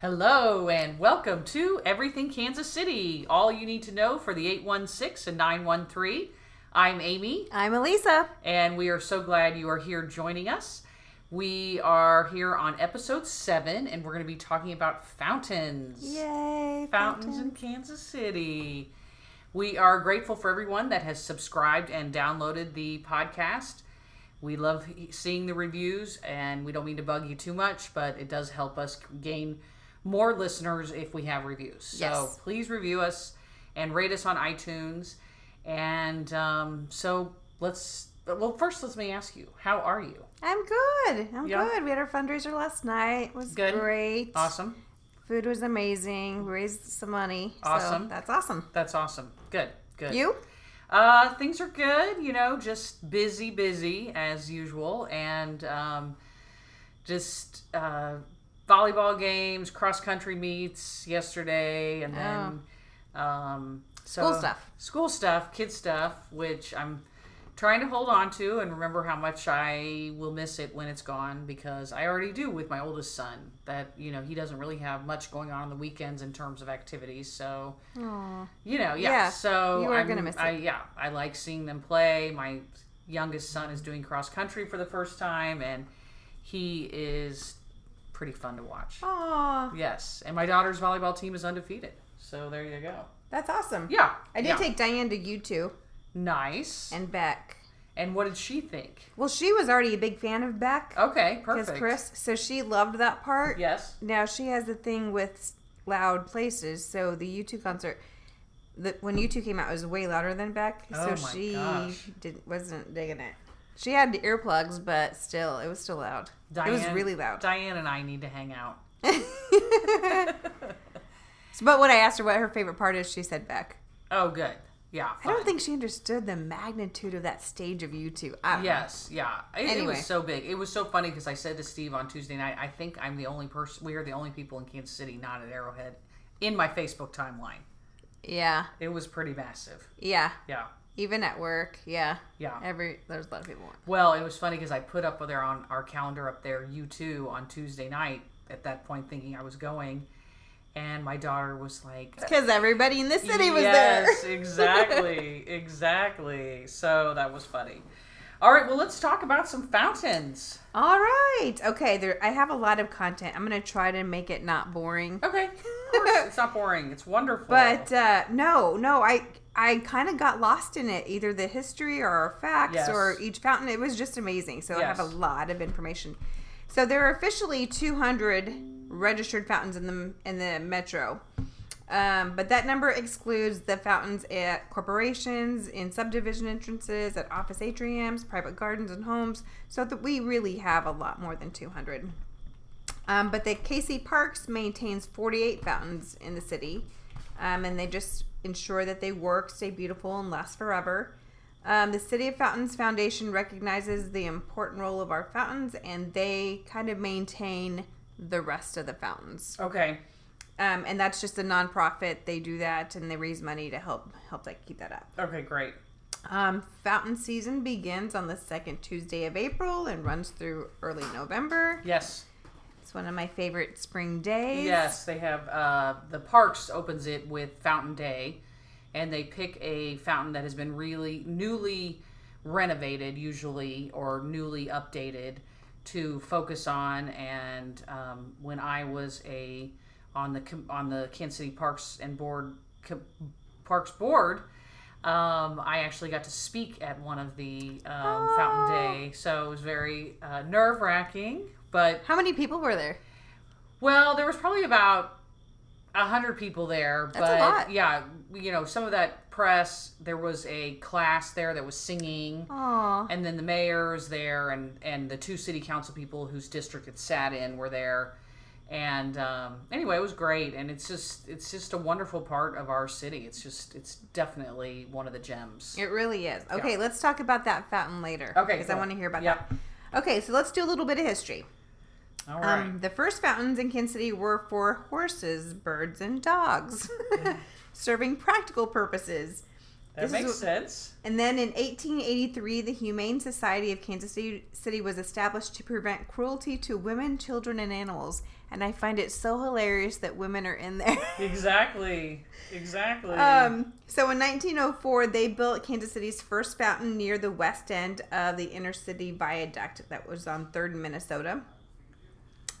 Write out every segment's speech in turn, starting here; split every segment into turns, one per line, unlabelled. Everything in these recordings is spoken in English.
Hello and welcome to Everything Kansas City, all you need to know for the 816 and 913. I'm Amy,
I'm Elisa.
and we are so glad you are here joining us. We are here on episode 7, and we're going to be talking about fountains.
Yay!
Fountains in Kansas City. We are grateful for everyone that has subscribed and downloaded the podcast. We love he- seeing the reviews, and we don't mean to bug you too much, but it does help us gain more listeners if we have reviews. So
Yes.
please review us and rate us on iTunes. And um, so let's, well, first, let me ask you, how are you?
I'm good. I'm
Yeah.
good. We had our fundraiser last night. It was
Good.
great.
Awesome.
Food was amazing. We raised some money.
Awesome.
So that's awesome.
That's awesome. Good. Good.
You?
Uh, things are good, you know, just busy, busy as usual, and um, just uh, volleyball games, cross country meets yesterday, and then um, so
School stuff.
school stuff, kid stuff, which I'm trying to hold on to and remember how much I will miss it when it's gone because I already do with my oldest son. That you know, he doesn't really have much going on on the weekends in terms of activities, so
Aw.
you know, yeah.
Yeah,
so
you are
I'm-
gonna miss it.
I, yeah, I like seeing them play. My youngest son is doing cross country for the first time, and he is pretty fun to
Oh.
watch.
Aw.
Yes, and my daughter's volleyball team is undefeated. So there you go.
That's awesome.
Yeah,
I did
yeah.
take Diane to you two
nice. And,
and Beck.
what did she think?
Well, she was already a big fan of Beck
Okay, Oh, perfect.
Chris, so she loved that part.
Yes.
Now she has the thing with loud places. So the U2 concert, the, when U2 came out, it was way louder than Beck.
Oh
so
my
she
gosh.
didn't wasn't digging it. She had earplugs, but still, it was still loud. it was
Diane-
really loud.
Diane and I need to hang out.
but when I asked her what her favorite part is, she said Beck.
Oh, good. Yeah.
I don't think she understood the magnitude of that stage of U2. I don't know.
Yes, yeah. It, it
Anyway.
was so big. It was so funny because I said to Steve on Tuesday night, I think I'm the only person, we are the only people in Kansas City not at Arrowhead in my Facebook timeline.
Yeah.
It was pretty massive.
Yeah.
Yeah,
Even at work. Yeah.
yeah.
Every there's a lot of people.
Well, it was funny because I put up there on our calendar up there, you two, on Tuesday night at that point, thinking I was going. And my daughter was like,
Because everybody in the city was
yes,
there.
exactly, exactly. So that was funny. All right, well, let's talk about some fountains.
All right. Okay. There. I have a lot of content. I'm gonna try to make it not boring.
Okay. Of course, it's not boring. It's wonderful.
But uh, no, no. I I kind of got lost in it. Either the history or facts
Yes.
or each fountain. It was just amazing. So I have a
Yes.
lot of information. So there are officially 200 registered fountains in the in the metro. Um, but that number excludes the fountains at corporations, in subdivision entrances, at office atriums, private gardens, and homes. So that we really have a lot more than 200. Um, but the KC Parks maintains 48 fountains in the city, um, and they just ensure that they work, stay beautiful, and last forever. Um, the City of Fountains Foundation recognizes the important role of our fountains, and they kind of maintain the rest of the fountains.
okay.
Um, and that's just a nonprofit. They do that, and they raise money to help help like keep that up.
Okay, great.
Um, fountain season begins on the second Tuesday of April and runs through early November.
Yes.
It's one of my favorite spring days.
Yes, they have uh, the parks opens it with Fountain Day, and they pick a fountain that has been really newly renovated, usually or newly updated, to focus on. And um, when I was a on the com- on the Kansas City Parks and Board com- Parks Board. Um, I actually got to speak at one of the um, Fountain Day, so it was very uh, nerve wracking, but
How many people were there?
Well, there was probably about a hundred people there,
That's a
but
lot.
yeah, you know, some of that press. There was a class there that was singing,
Aw.
and then the mayor is there, and and the two city council people whose district it sat in were there. And um, anyway, it was great, and it's just it's just a wonderful part of our city. It's just it's definitely one of the gems.
It really is. Okay, let's talk about that fountain later.
Okay,
Because I
cool.
want to hear about
Yep.
that. Okay, so let's do a little bit of history.
All right.
Um, the first fountains in Kansas City were for horses, birds, and dogs, serving practical purposes. This
That
is
makes
what-
sense.
And then in 1883, the Humane Society of Kansas City City was established to prevent cruelty to women, children, and animals. And I find it so hilarious that women are in there.
Exactly. Exactly.
um, so in 1904, they built Kansas City's first fountain near the west end of the inner city viaduct that was on 3rd and Minnesota.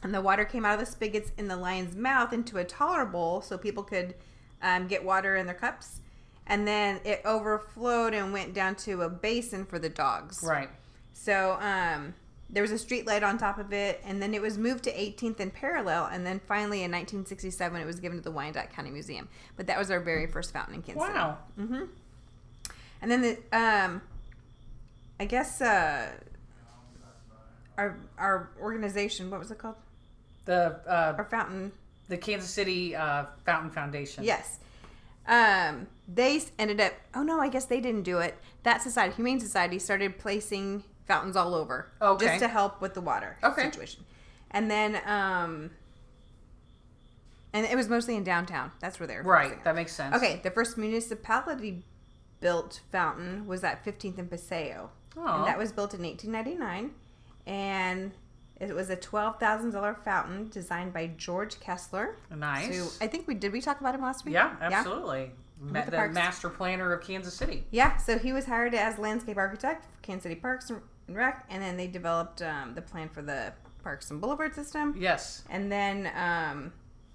And the water came out of the spigots in the lion's mouth into a taller bowl so people could um, get water in their cups. And then it overflowed and went down to a basin for the dogs.
Right.
So um, there was a street light on top of it, and then it was moved to 18th and Parallel, and then finally in 1967 it was given to the Wyandotte County Museum. But that was our very first fountain in Kansas. City.
Wow.
And then the um, I guess uh, our our organization, what was it called?
The uh,
Our fountain.
the Kansas City uh, Fountain Foundation.
Yes. Um, they s- ended up. Oh no, I guess they didn't do it. That society, Humane Society, started placing fountains all over,
Okay.
just to help with the water
Okay.
situation. And then, um, and it was mostly in downtown. That's where they were.
Right.
focusing
That makes sense.
on. Okay, the first municipality built fountain was at 15th and Paseo,
Oh.
and that was built in 1899, and it was a $12,000 fountain designed by George Kessler.
nice.
So I think we did we talk about him last week.
yeah. Absolutely. Ma-
With the
the
parks.
master planner of Kansas City.
Yeah, so he was hired as landscape architect for Kansas City Parks and Rec, and then they developed um, the plan for the Parks and Boulevard system.
Yes.
And then um,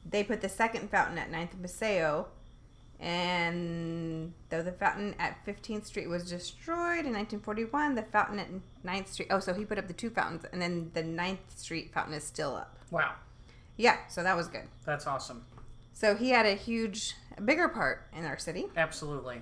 they put the second fountain at 9th and Paseo. And though the fountain at 15th Street was destroyed in 1941, the fountain at 9th Street. Oh, so he put up the two fountains, and then the 9th Street fountain is still up.
Wow.
Yeah, so that was good.
That's awesome.
So he had a huge, a bigger part in our city.
Absolutely.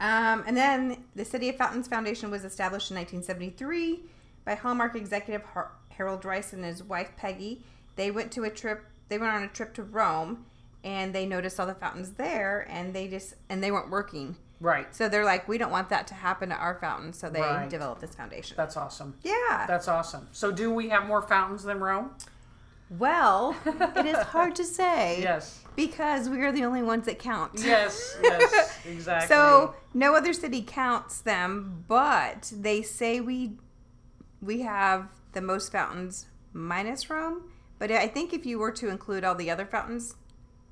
Um, and then the City of Fountains Foundation was established in 1973 by Hallmark executive Har- Harold Rice and his wife Peggy. They went to a trip. They went on a trip to Rome, and they noticed all the fountains there, and they just and they weren't working.
Right.
So they're like, we don't want that to happen to our fountain. So they
Right.
developed this foundation.
That's awesome.
yeah.
That's awesome. So do we have more fountains than Rome?
well, it is hard to say
Yes.
because we are the only ones that count.
Yes. Yes. Exactly.
So no other city counts them, but they say we we have the most fountains minus Rome. But I think if you were to include all the other fountains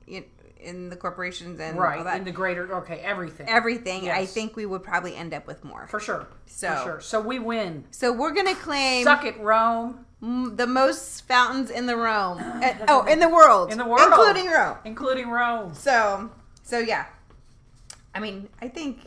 in, in the corporations and all
right
that,
in the greater okay everything
everything, I
Yes.
think we would probably end up with more.
for sure.
So-
for sure. So we win.
So we're gonna claim
Suck it, Rome,
m- the most fountains in the Rome, uh, oh, in the world,
In the world.
including Rome.
including Rome.
So, so yeah. I mean, I think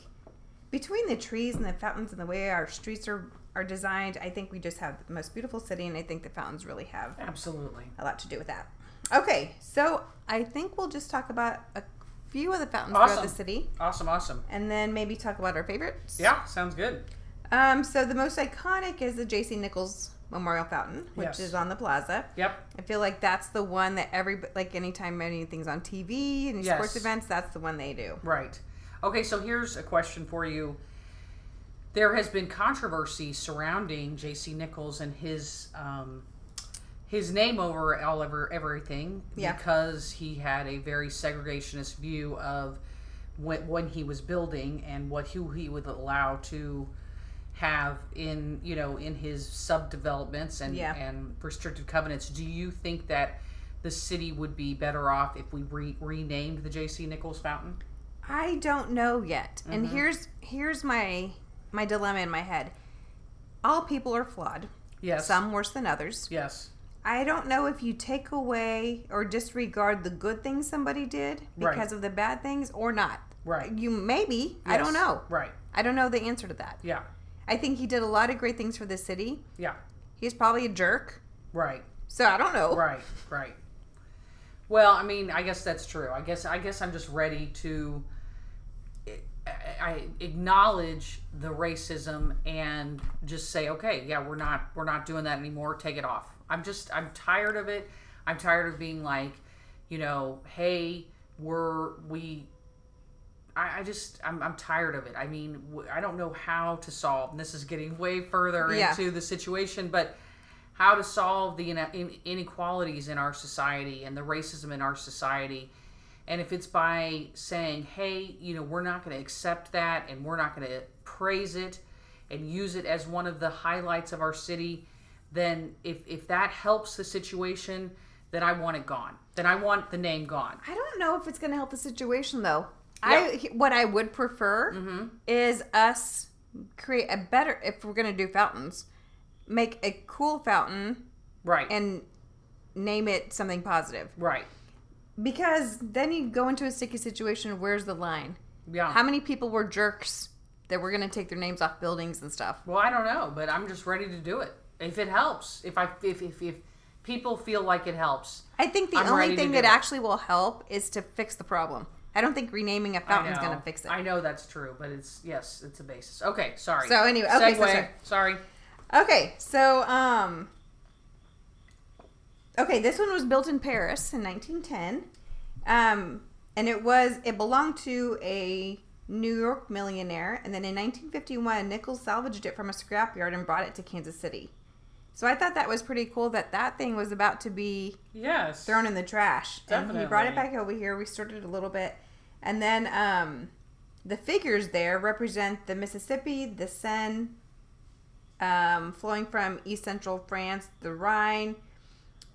between the trees and the fountains and the way our streets are are designed, I think we just have the most beautiful city, and I think the fountains really have
Absolutely.
a lot to do with that. Okay, so I think we'll just talk about a few of the fountains throughout
Awesome.
the city,
Awesome. Awesome.
and then maybe talk about our favorites.
Yeah. Sounds good.
Um. So the most iconic is the J.C. Nichols Memorial Fountain, which
Yes.
is on the plaza.
Yep.
I feel like that's the one that every like anytime anything's on TV and
Yes.
sports events, that's the one they do.
Right. Okay. So here's a question for you. There has been controversy surrounding J.C. Nichols and his um, his name over all over everything
Yeah.
because he had a very segregationist view of when, when he was building and what who he would allow to have in you know in his subdevelopments and
Yeah.
and restricted covenants. Do you think that the city would be better off if we re- renamed the J.C. Nichols Fountain?
I don't know yet. And
Mm-hmm.
here's here's my my dilemma in my head. All people are flawed.
Yes.
Some worse than others.
Yes.
I don't know if you take away or disregard the good things somebody did
Right.
because of the bad things or not.
Right.
You maybe. I don't
Yes.
know.
Right.
I don't know the answer to that.
Yeah.
I think he did a lot of great things for the city.
Yeah.
He's probably a jerk.
Right.
So I don't know.
Right. Right. Well, I mean, I guess that's true. I guess I guess I'm just ready to eh, I I acknowledge the racism and just say, okay, yeah, we're not we're not doing that anymore. Take it off. I'm just I'm tired of it. I'm tired of being like, you know, hey, we're we. I, I just I'm, I'm tired of it. I mean, w- I don't know how to solve. And this is getting way further
Yeah.
into the situation, but how to solve the ine- in- inequalities in our society and the racism in our society And if it's by saying, hey, you know, we're not going to accept that and we're not going to praise it and use it as one of the highlights of our city, then if, if that helps the situation, then I want it gone. Then I want the name gone.
I don't know if it's going to help the situation though.
Yeah. Mm-hmm.
I what I would prefer is us create a better if we're going to do fountains, make a cool fountain
Right.
and name it something positive
right.
because then you go into a sticky situation. Where's the line?
Yeah.
How many people were jerks that were going to take their names off buildings and stuff?
Well, I don't know, but I'm just ready to do it. If it helps, if I if if, if people feel like it helps,
I think the
I'm ready
only
to
thing
do
that
it.
actually will help is to fix the problem. I don't think renaming a
I
fountain's
know.
going to fix it.
I know that's true, but it's yes, it's a basis. Okay, sorry.
So anyway, okay, so
Segue.
sorry.
sorry.
Okay, so um Okay, this one was built in Paris in 1910. Um and it was it belonged to a New York millionaire and then in 1951 Nichols salvaged it from a scrapyard and brought it to Kansas City. So I thought that was pretty cool that that thing was about to be
Yes.
thrown in the trash. And he brought it
Definitely.
back over here. We sorted it a little bit. And then um, the figures there represent the Mississippi, the Seine, um, flowing from east central France, the Rhine,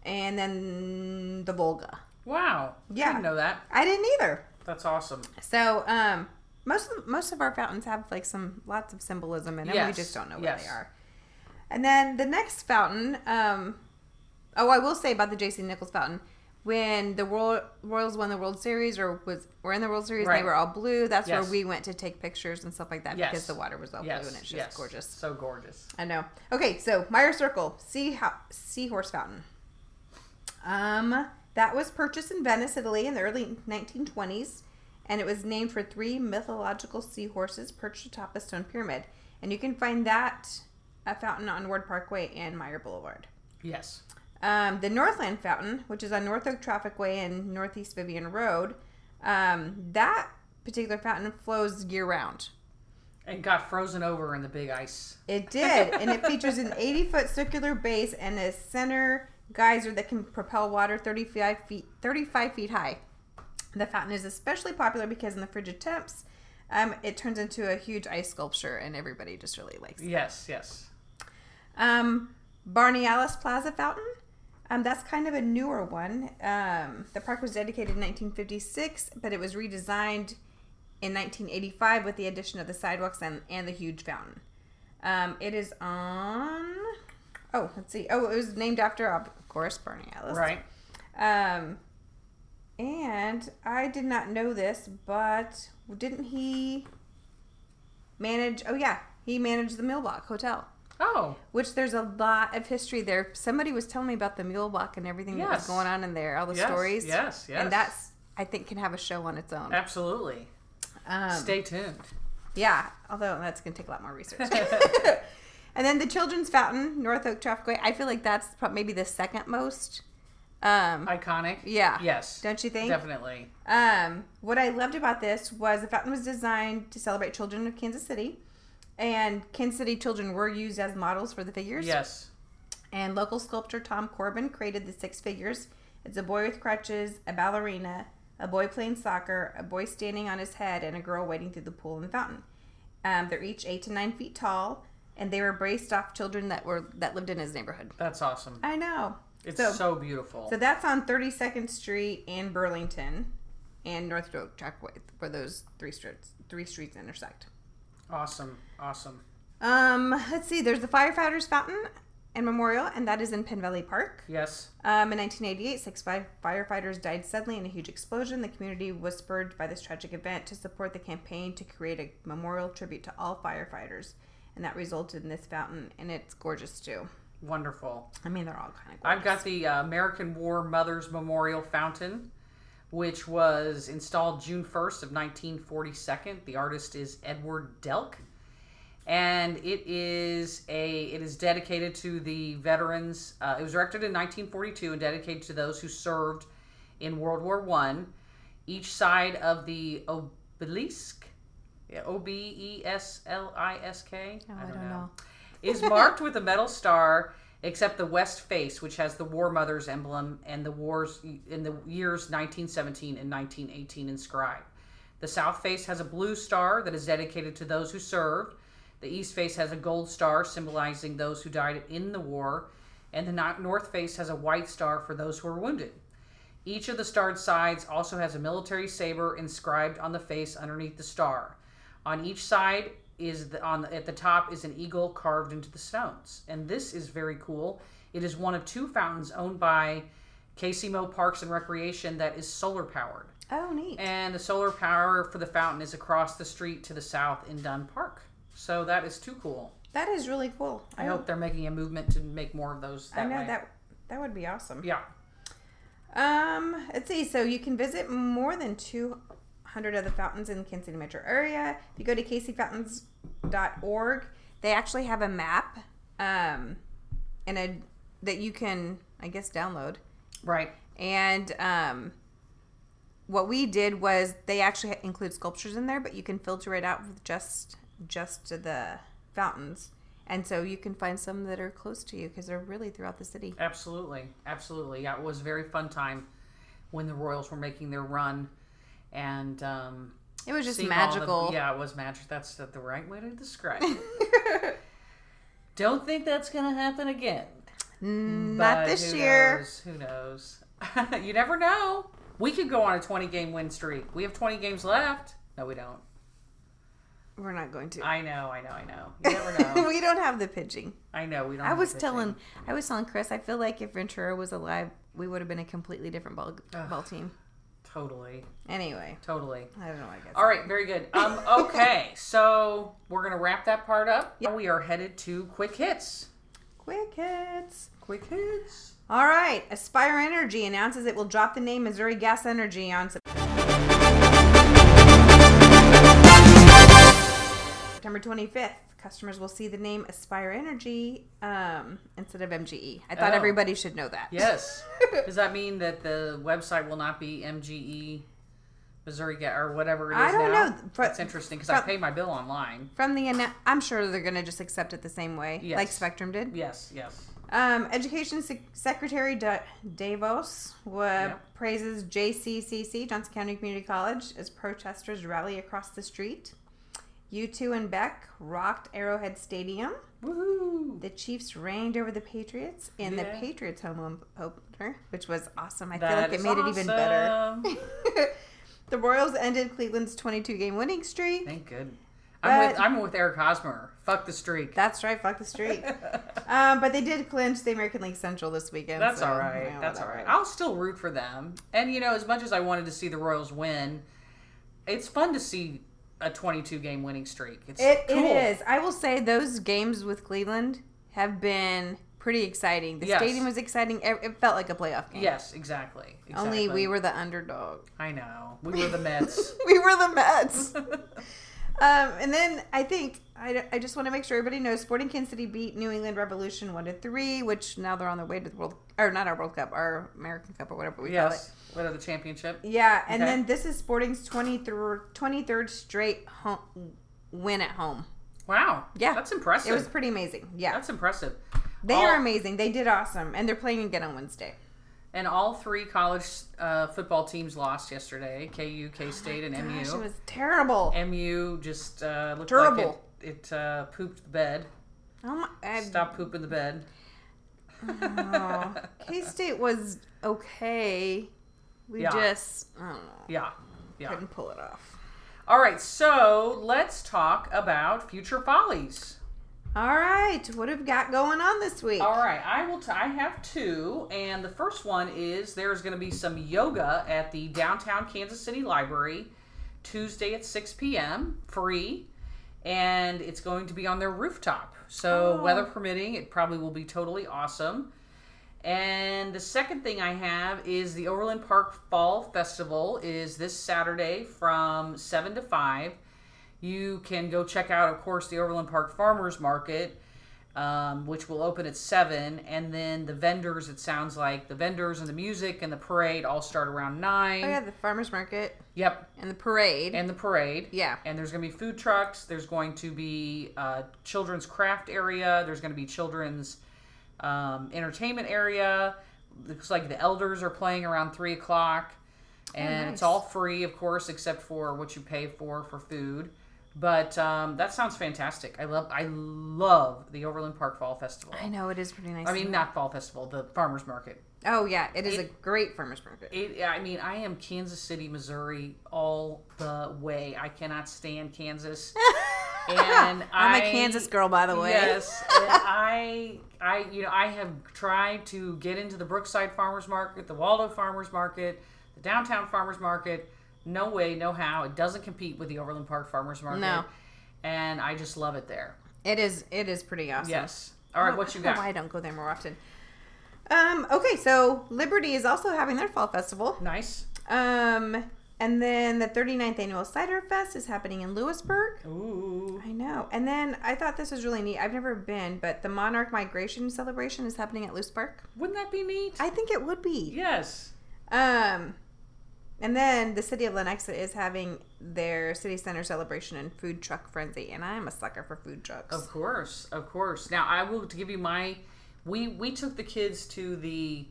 and then the Volga.
Wow.
Yeah.
I didn't know that.
I didn't either.
That's awesome.
So um, most of most of our fountains have like some lots of symbolism in them. We
Yes,
just don't know where they
yes.
are. And then the next fountain. Um, oh, I will say about the J.C. Nichols fountain. When the World, Royals won the World Series or was were in the World Series, and
Right.
they were all blue. That's
Yes.
where we went to take pictures and stuff like that
Yes.
because the water was all
yes.
Oh, blue and it's just
yes.
gorgeous.
So gorgeous.
I know. Okay, so Meyer Circle, sea ho- seahorse fountain. Um, that was purchased in Venice, Italy, in the early 1920s, and it was named for three mythological seahorses perched atop a stone pyramid. And you can find that a fountain on Ward Parkway and Meyer Boulevard.
Yes.
Um, the Northland Fountain, which is on North Oak Traffic Way and Northeast Vivian Road, um, that particular fountain flows year round.
And got frozen over in the big ice.
It did, and it features an 80 foot circular base and a center geyser that can propel water 35 feet 35 feet high. The fountain is especially popular because in the frigid temps, um, it turns into a huge ice sculpture, and everybody just really likes it.
Yes, yes.
Um, Barney Alice Plaza Fountain. Um, that's kind of a newer one. Um, the park was dedicated in 1956, but it was redesigned in 1985 with the addition of the sidewalks and, and the huge fountain. Um, it is on. Oh, let's see. Oh, it was named after, of course, Barney Alice.
Right.
Um, and I did not know this, but didn't he manage? Oh, yeah. He managed the Millblock Hotel
Oh,
which there's a lot of history there. Somebody was telling me about the mule block and everything that was
Yes.
going on in there, all the
yes,
stories.
Yes, yes.
And that's I think can have a show on its own.
absolutely.
Um,
Stay tuned.
yeah, although that's gonna take a lot more research. and then the children's fountain, North Oak Trafficway. I feel like that's prob- maybe the second most. Um,
Iconic.
yeah.
Yes.
Don't you think?
Definitely.
Um, what I loved about this was the fountain was designed to celebrate children of Kansas City, and Kansas City children were used as models for the figures.
Yes.
And local sculptor Tom Corbin created the six figures. It's a boy with crutches, a ballerina, a boy playing soccer, a boy standing on his head, and a girl wading through the pool and fountain. Um, they're each eight to nine feet tall, and they were braced off children that were that lived in his neighborhood.
That's awesome.
I know.
It's
So-
so, beautiful.
So that's on 32nd Street and Burlington, and North Oak Trackway, where those three streets three streets intersect.
awesome. Awesome.
Um, let's see. There's the firefighters' fountain and memorial, and that is in Penn Valley Park.
Yes.
Um, in 1988, six fi- firefighters died suddenly in a huge explosion. The community was spurred by this tragic event to support the campaign to create a memorial tribute to all firefighters. And that resulted in this fountain, and it's gorgeous too.
Wonderful.
I mean, they're all kind of gorgeous.
I've got the uh, American War Mothers Memorial Fountain, which was installed June 1st of 1942. The artist is Edward Delk, and it is a it is dedicated to the veterans. Uh, it was erected in 1942 and dedicated to those who served in World War One. Each side of the obelisk, O B E S L I S K,
Oh, I don't know.
is marked with a metal star except the west face, which has the War Mother's emblem and the wars in the years 1917 and 1918 inscribed. The south face has a blue star that is dedicated to those who served. The east face has a gold star symbolizing those who died in the war, and the no- north face has a white star for those who were wounded. Each of the starred sides also has a military saber inscribed on the face underneath the star. On each side is the, on at the top is an eagle carved into the stones, and this is very cool. It is one of two fountains owned by KCMO Parks and Recreation that is solar powered,
Oh, neat.
and the solar power for the fountain is across the street to the south in Dunn Park. So that is too cool.
That is really cool.
I hope they're making a movement to make more of those. That
I know
way.
that that would be awesome.
Yeah,
Um, let's see. So you can visit more than 200 of the fountains in the Kansas City metro area. If you go to caseyfountains.org, they actually have a map um, and a that you can, I guess, download.
right.
And um, what we did was they actually include sculptures in there, but you can filter it out with just just the fountains. And so you can find some that are close to you because they're really throughout the city.
Absolutely, absolutely. Yeah, it was a very fun time when the Royals were making their run, and um,
It was just
seeing all the-
magical.
yeah, it was magic. That's the, the right way to describe it. Don't think that's gonna happen again.
Not
mm, but
this
who
year.
Knows, who knows? you never know. We could go on a twenty-game win streak. We have twenty games left. No, we don't.
We're not going to.
I know, I know, I know. You never know.
we don't have the pitching.
I know. We don't.
I
have
was
pitching.
telling, I was telling Chris, I feel like if Ventura was alive, we would have been a completely different ball, ball team.
Totally,
Anyway,
totally.
I don't know. I guess.
All right, very good. Um, okay, so we're gonna wrap that part up. Now we are headed to quick hits.
Quick hits.
Quick hits.
All right, Aspire Energy announces it will drop the name Missouri Gas Energy on Sep- September 25th. Customers will see the name Aspire Energy um, instead of MGE. I thought
Oh.
everybody should know that.
Yes. Does that mean that the website will not be MGE Missouri Ga- or whatever it is
I don't
now?
know. Fr-
That's interesting because I
fr-
pay my bill online.
From the, annou- I'm sure they're going to just accept it the same way,
Yes.
like Spectrum did.
Yes, yes.
Um, Education Sec- Secretary Da- Davos wa-
Yep.
praises JCCC, Johnson County Community College, as protesters rally across the street. U2 and Beck rocked Arrowhead Stadium.
Woohoo!
The Chiefs reigned over the Patriots in
Yeah.
the Patriots home op- opener, which was awesome. I
That
feel
is
like it made it even better.
awesome.
the Royals ended Cleveland's 22 game winning streak.
Thank good. I'm with
But-
I'm with Eric Hosmer. Fuck the streak.
That's right, fuck the streak. um, but they did clinch the American League Central this weekend.
That's
so,
all right.
yeah,
That's all
whatever.
right. I'll still root for them. And you know, as much as I wanted to see the Royals win, it's fun to see a 22 game winning streak. It's
It,
cool.
it is. I will say those games with Cleveland have been pretty exciting. The
Yes.
stadium was exciting. It, it felt like a playoff game.
Yes, exactly.
Only
exactly.
we were the underdog.
I know. We were the Mets.
we were the Mets. um, and then I think I, I just want to make sure everybody knows Sporting Kansas City beat New England Revolution one to three, which now they're on their way to the World or not our World Cup, our American Cup or whatever we call it.
yes. What are the championship?
Yeah, and
Okay.
then this is Sporting's 23rd, 23rd straight home win at home.
Wow.
Yeah.
That's impressive.
It was pretty amazing. Yeah.
That's impressive.
They
All-
are amazing. They did awesome, and they're playing again on Wednesday.
And all three college uh, football teams lost yesterday: KU, K State, and MU.
Oh Gosh, it was terrible.
MU just uh, looked like
Terrible.
it, it uh, pooped the bed.
Oh my! I-
Stop pooping the bed.
Oh, K State was okay. We
Yeah.
just I don't know.
Yeah. Yeah.
Couldn't pull it off.
All right, so let's talk about future follies.
All right, what have we got going on this week?
All right, I will. T- I have two, and the first one is there's going to be some yoga at the downtown Kansas City Library Tuesday at 6 p.m. free, and it's going to be on their rooftop. So weather permitting, it probably will be totally awesome. And the second thing I have is the Overland Park Fall Festival is this Saturday from 7 to 5. You can go check out, of course, the Overland Park Farmers Market, um, which will open at 7. And then the vendors, it sounds like the vendors and the music and the parade all start around 9.
Oh yeah, the farmers market
Yep.
and the parade.
And the parade.
yeah,
And there's going to be food trucks. There's going to be uh, children's craft area. There's going to be children's um, entertainment area. Looks like the elders are playing around three o'clock, and
Oh, nice.
it's all free, of course, except for what you pay for for food. But um, that sounds fantastic. I love I love the Overland Park Fall Festival.
I know it is pretty nice.
I mean, not Fall Festival, the farmers market.
oh yeah, it is a great farmers market.
It, I mean, I am Kansas City, Missouri, all the way. I cannot stand Kansas. and
I'm
I-
a Kansas girl, by the way.
Yes, and I, I, you know, I have tried to get into the Brookside Farmers Market, the Waldo Farmers Market, the Downtown Farmers Market. No way, no how. It doesn't compete with the Overland Park Farmers Market.
No.
and I just love it there.
It is. It is pretty awesome. Oh,
Yes. All right, what you
I don't know Why
got?
I don't go there more often. Um. Okay. So Liberty is also having their fall festival.
Nice.
Um. And then the 39th annual cider fest is happening in Lewisburg.
Ooh.
I know. And then I thought this was really neat. I've never been, but the Monarch Migration Celebration is happening at Lewisburg.
Wouldn't that be neat?
I think it would be.
yes.
Um. And then the city of Lenexa is having their city center celebration and food truck frenzy, and I'm a sucker for food trucks.
Of course, of course. Now I will give you my. We we took the kids to the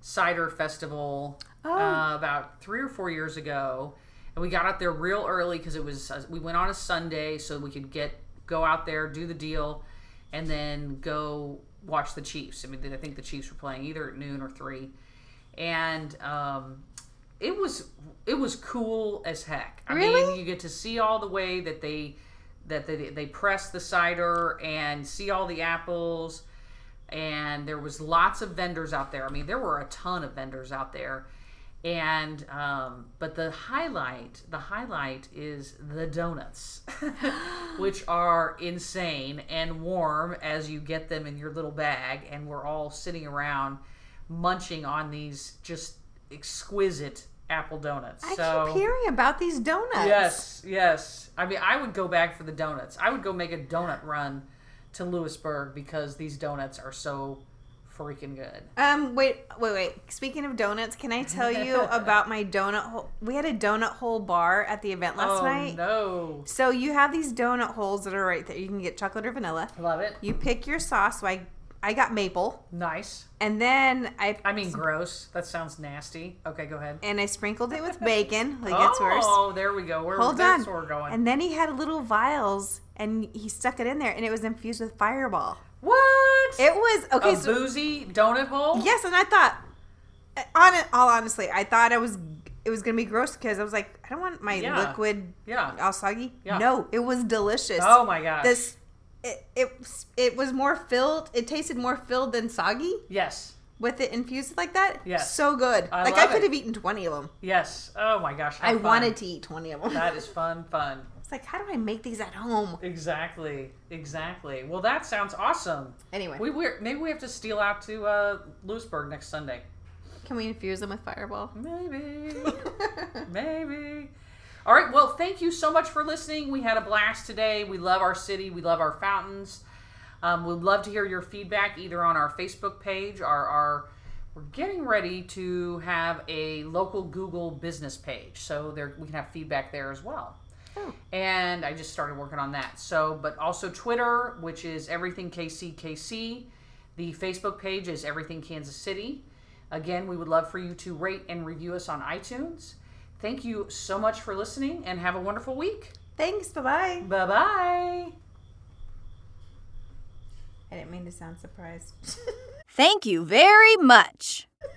cider festival uh, about three or four years ago, and we got out there real early because it was uh, we went on a Sunday so we could get go out there do the deal, and then go watch the Chiefs. I mean, I think the Chiefs were playing either at noon or three, and um, it was it was cool as heck. I mean,
Really?
you get to see all the way that they that they, they press the cider and see all the apples and there was lots of vendors out there. I mean, there were a ton of vendors out there. And um, but the highlight, the highlight is the donuts, which are insane and warm as you get them in your little bag, and we're all sitting around munching on these just exquisite apple donuts.
I
so
keep hearing about these donuts.
Yes, yes. I mean, I would go back for the donuts. I would go make a donut run to Lewisburg because these donuts are so freaking good.
Um, wait, wait, wait. Speaking of donuts, can I tell you about my donut hole? We had a donut hole bar at the event last
oh
night.
no,
So you have these donut holes that are right there. You can get chocolate or vanilla.
love it.
You pick your sauce. So I, I got maple,
Nice.
and then I,
I mean, gross. That sounds nasty. Okay, go ahead.
and I sprinkled it with bacon. Like it's worse.
Oh, there we go. Where
Hold
that's
on.
where we're going.
And then he had little vials, and he stuck it in there, and it was infused with Fireball.
what?
It was okay.
a
so
boozy donut hole?
Yes, and I thought, on all honestly, I thought I was it was gonna be gross because I was like, I don't want my
Yeah.
liquid
Yeah.
all soggy.
Yeah.
No, it was delicious.
Oh my gosh.
this it, it it was more filled. It tasted more filled than soggy
Yes.
with it infused like that.
Yes.
so good.
I
like
love
I
it.
could have eaten twenty of them.
Yes. Oh my gosh. how
I
fun.
wanted to eat twenty of them.
That is fun. Fun.
it's like how do I make these at home?
Exactly. Exactly. Well, that sounds awesome.
Anyway,
We we maybe we have to steal out to uh, Lewisburg next Sunday.
can we infuse them with Fireball?
Maybe, maybe. All right. Well, thank you so much for listening. We had a blast today. We love our city. We love our fountains. Um, we'd love to hear your feedback either on our Facebook page or our. We're getting ready to have a local Google business page, so there we can have feedback there as well.
Oh.
And I just started working on that. So, but also Twitter, which is everything KCKC. The Facebook page is everything Kansas City. Again, we would love for you to rate and review us on iTunes. Thank you so much for listening and have a wonderful week.
Thanks. Bye bye.
Bye bye.
I didn't mean to sound surprised.
Thank you very much.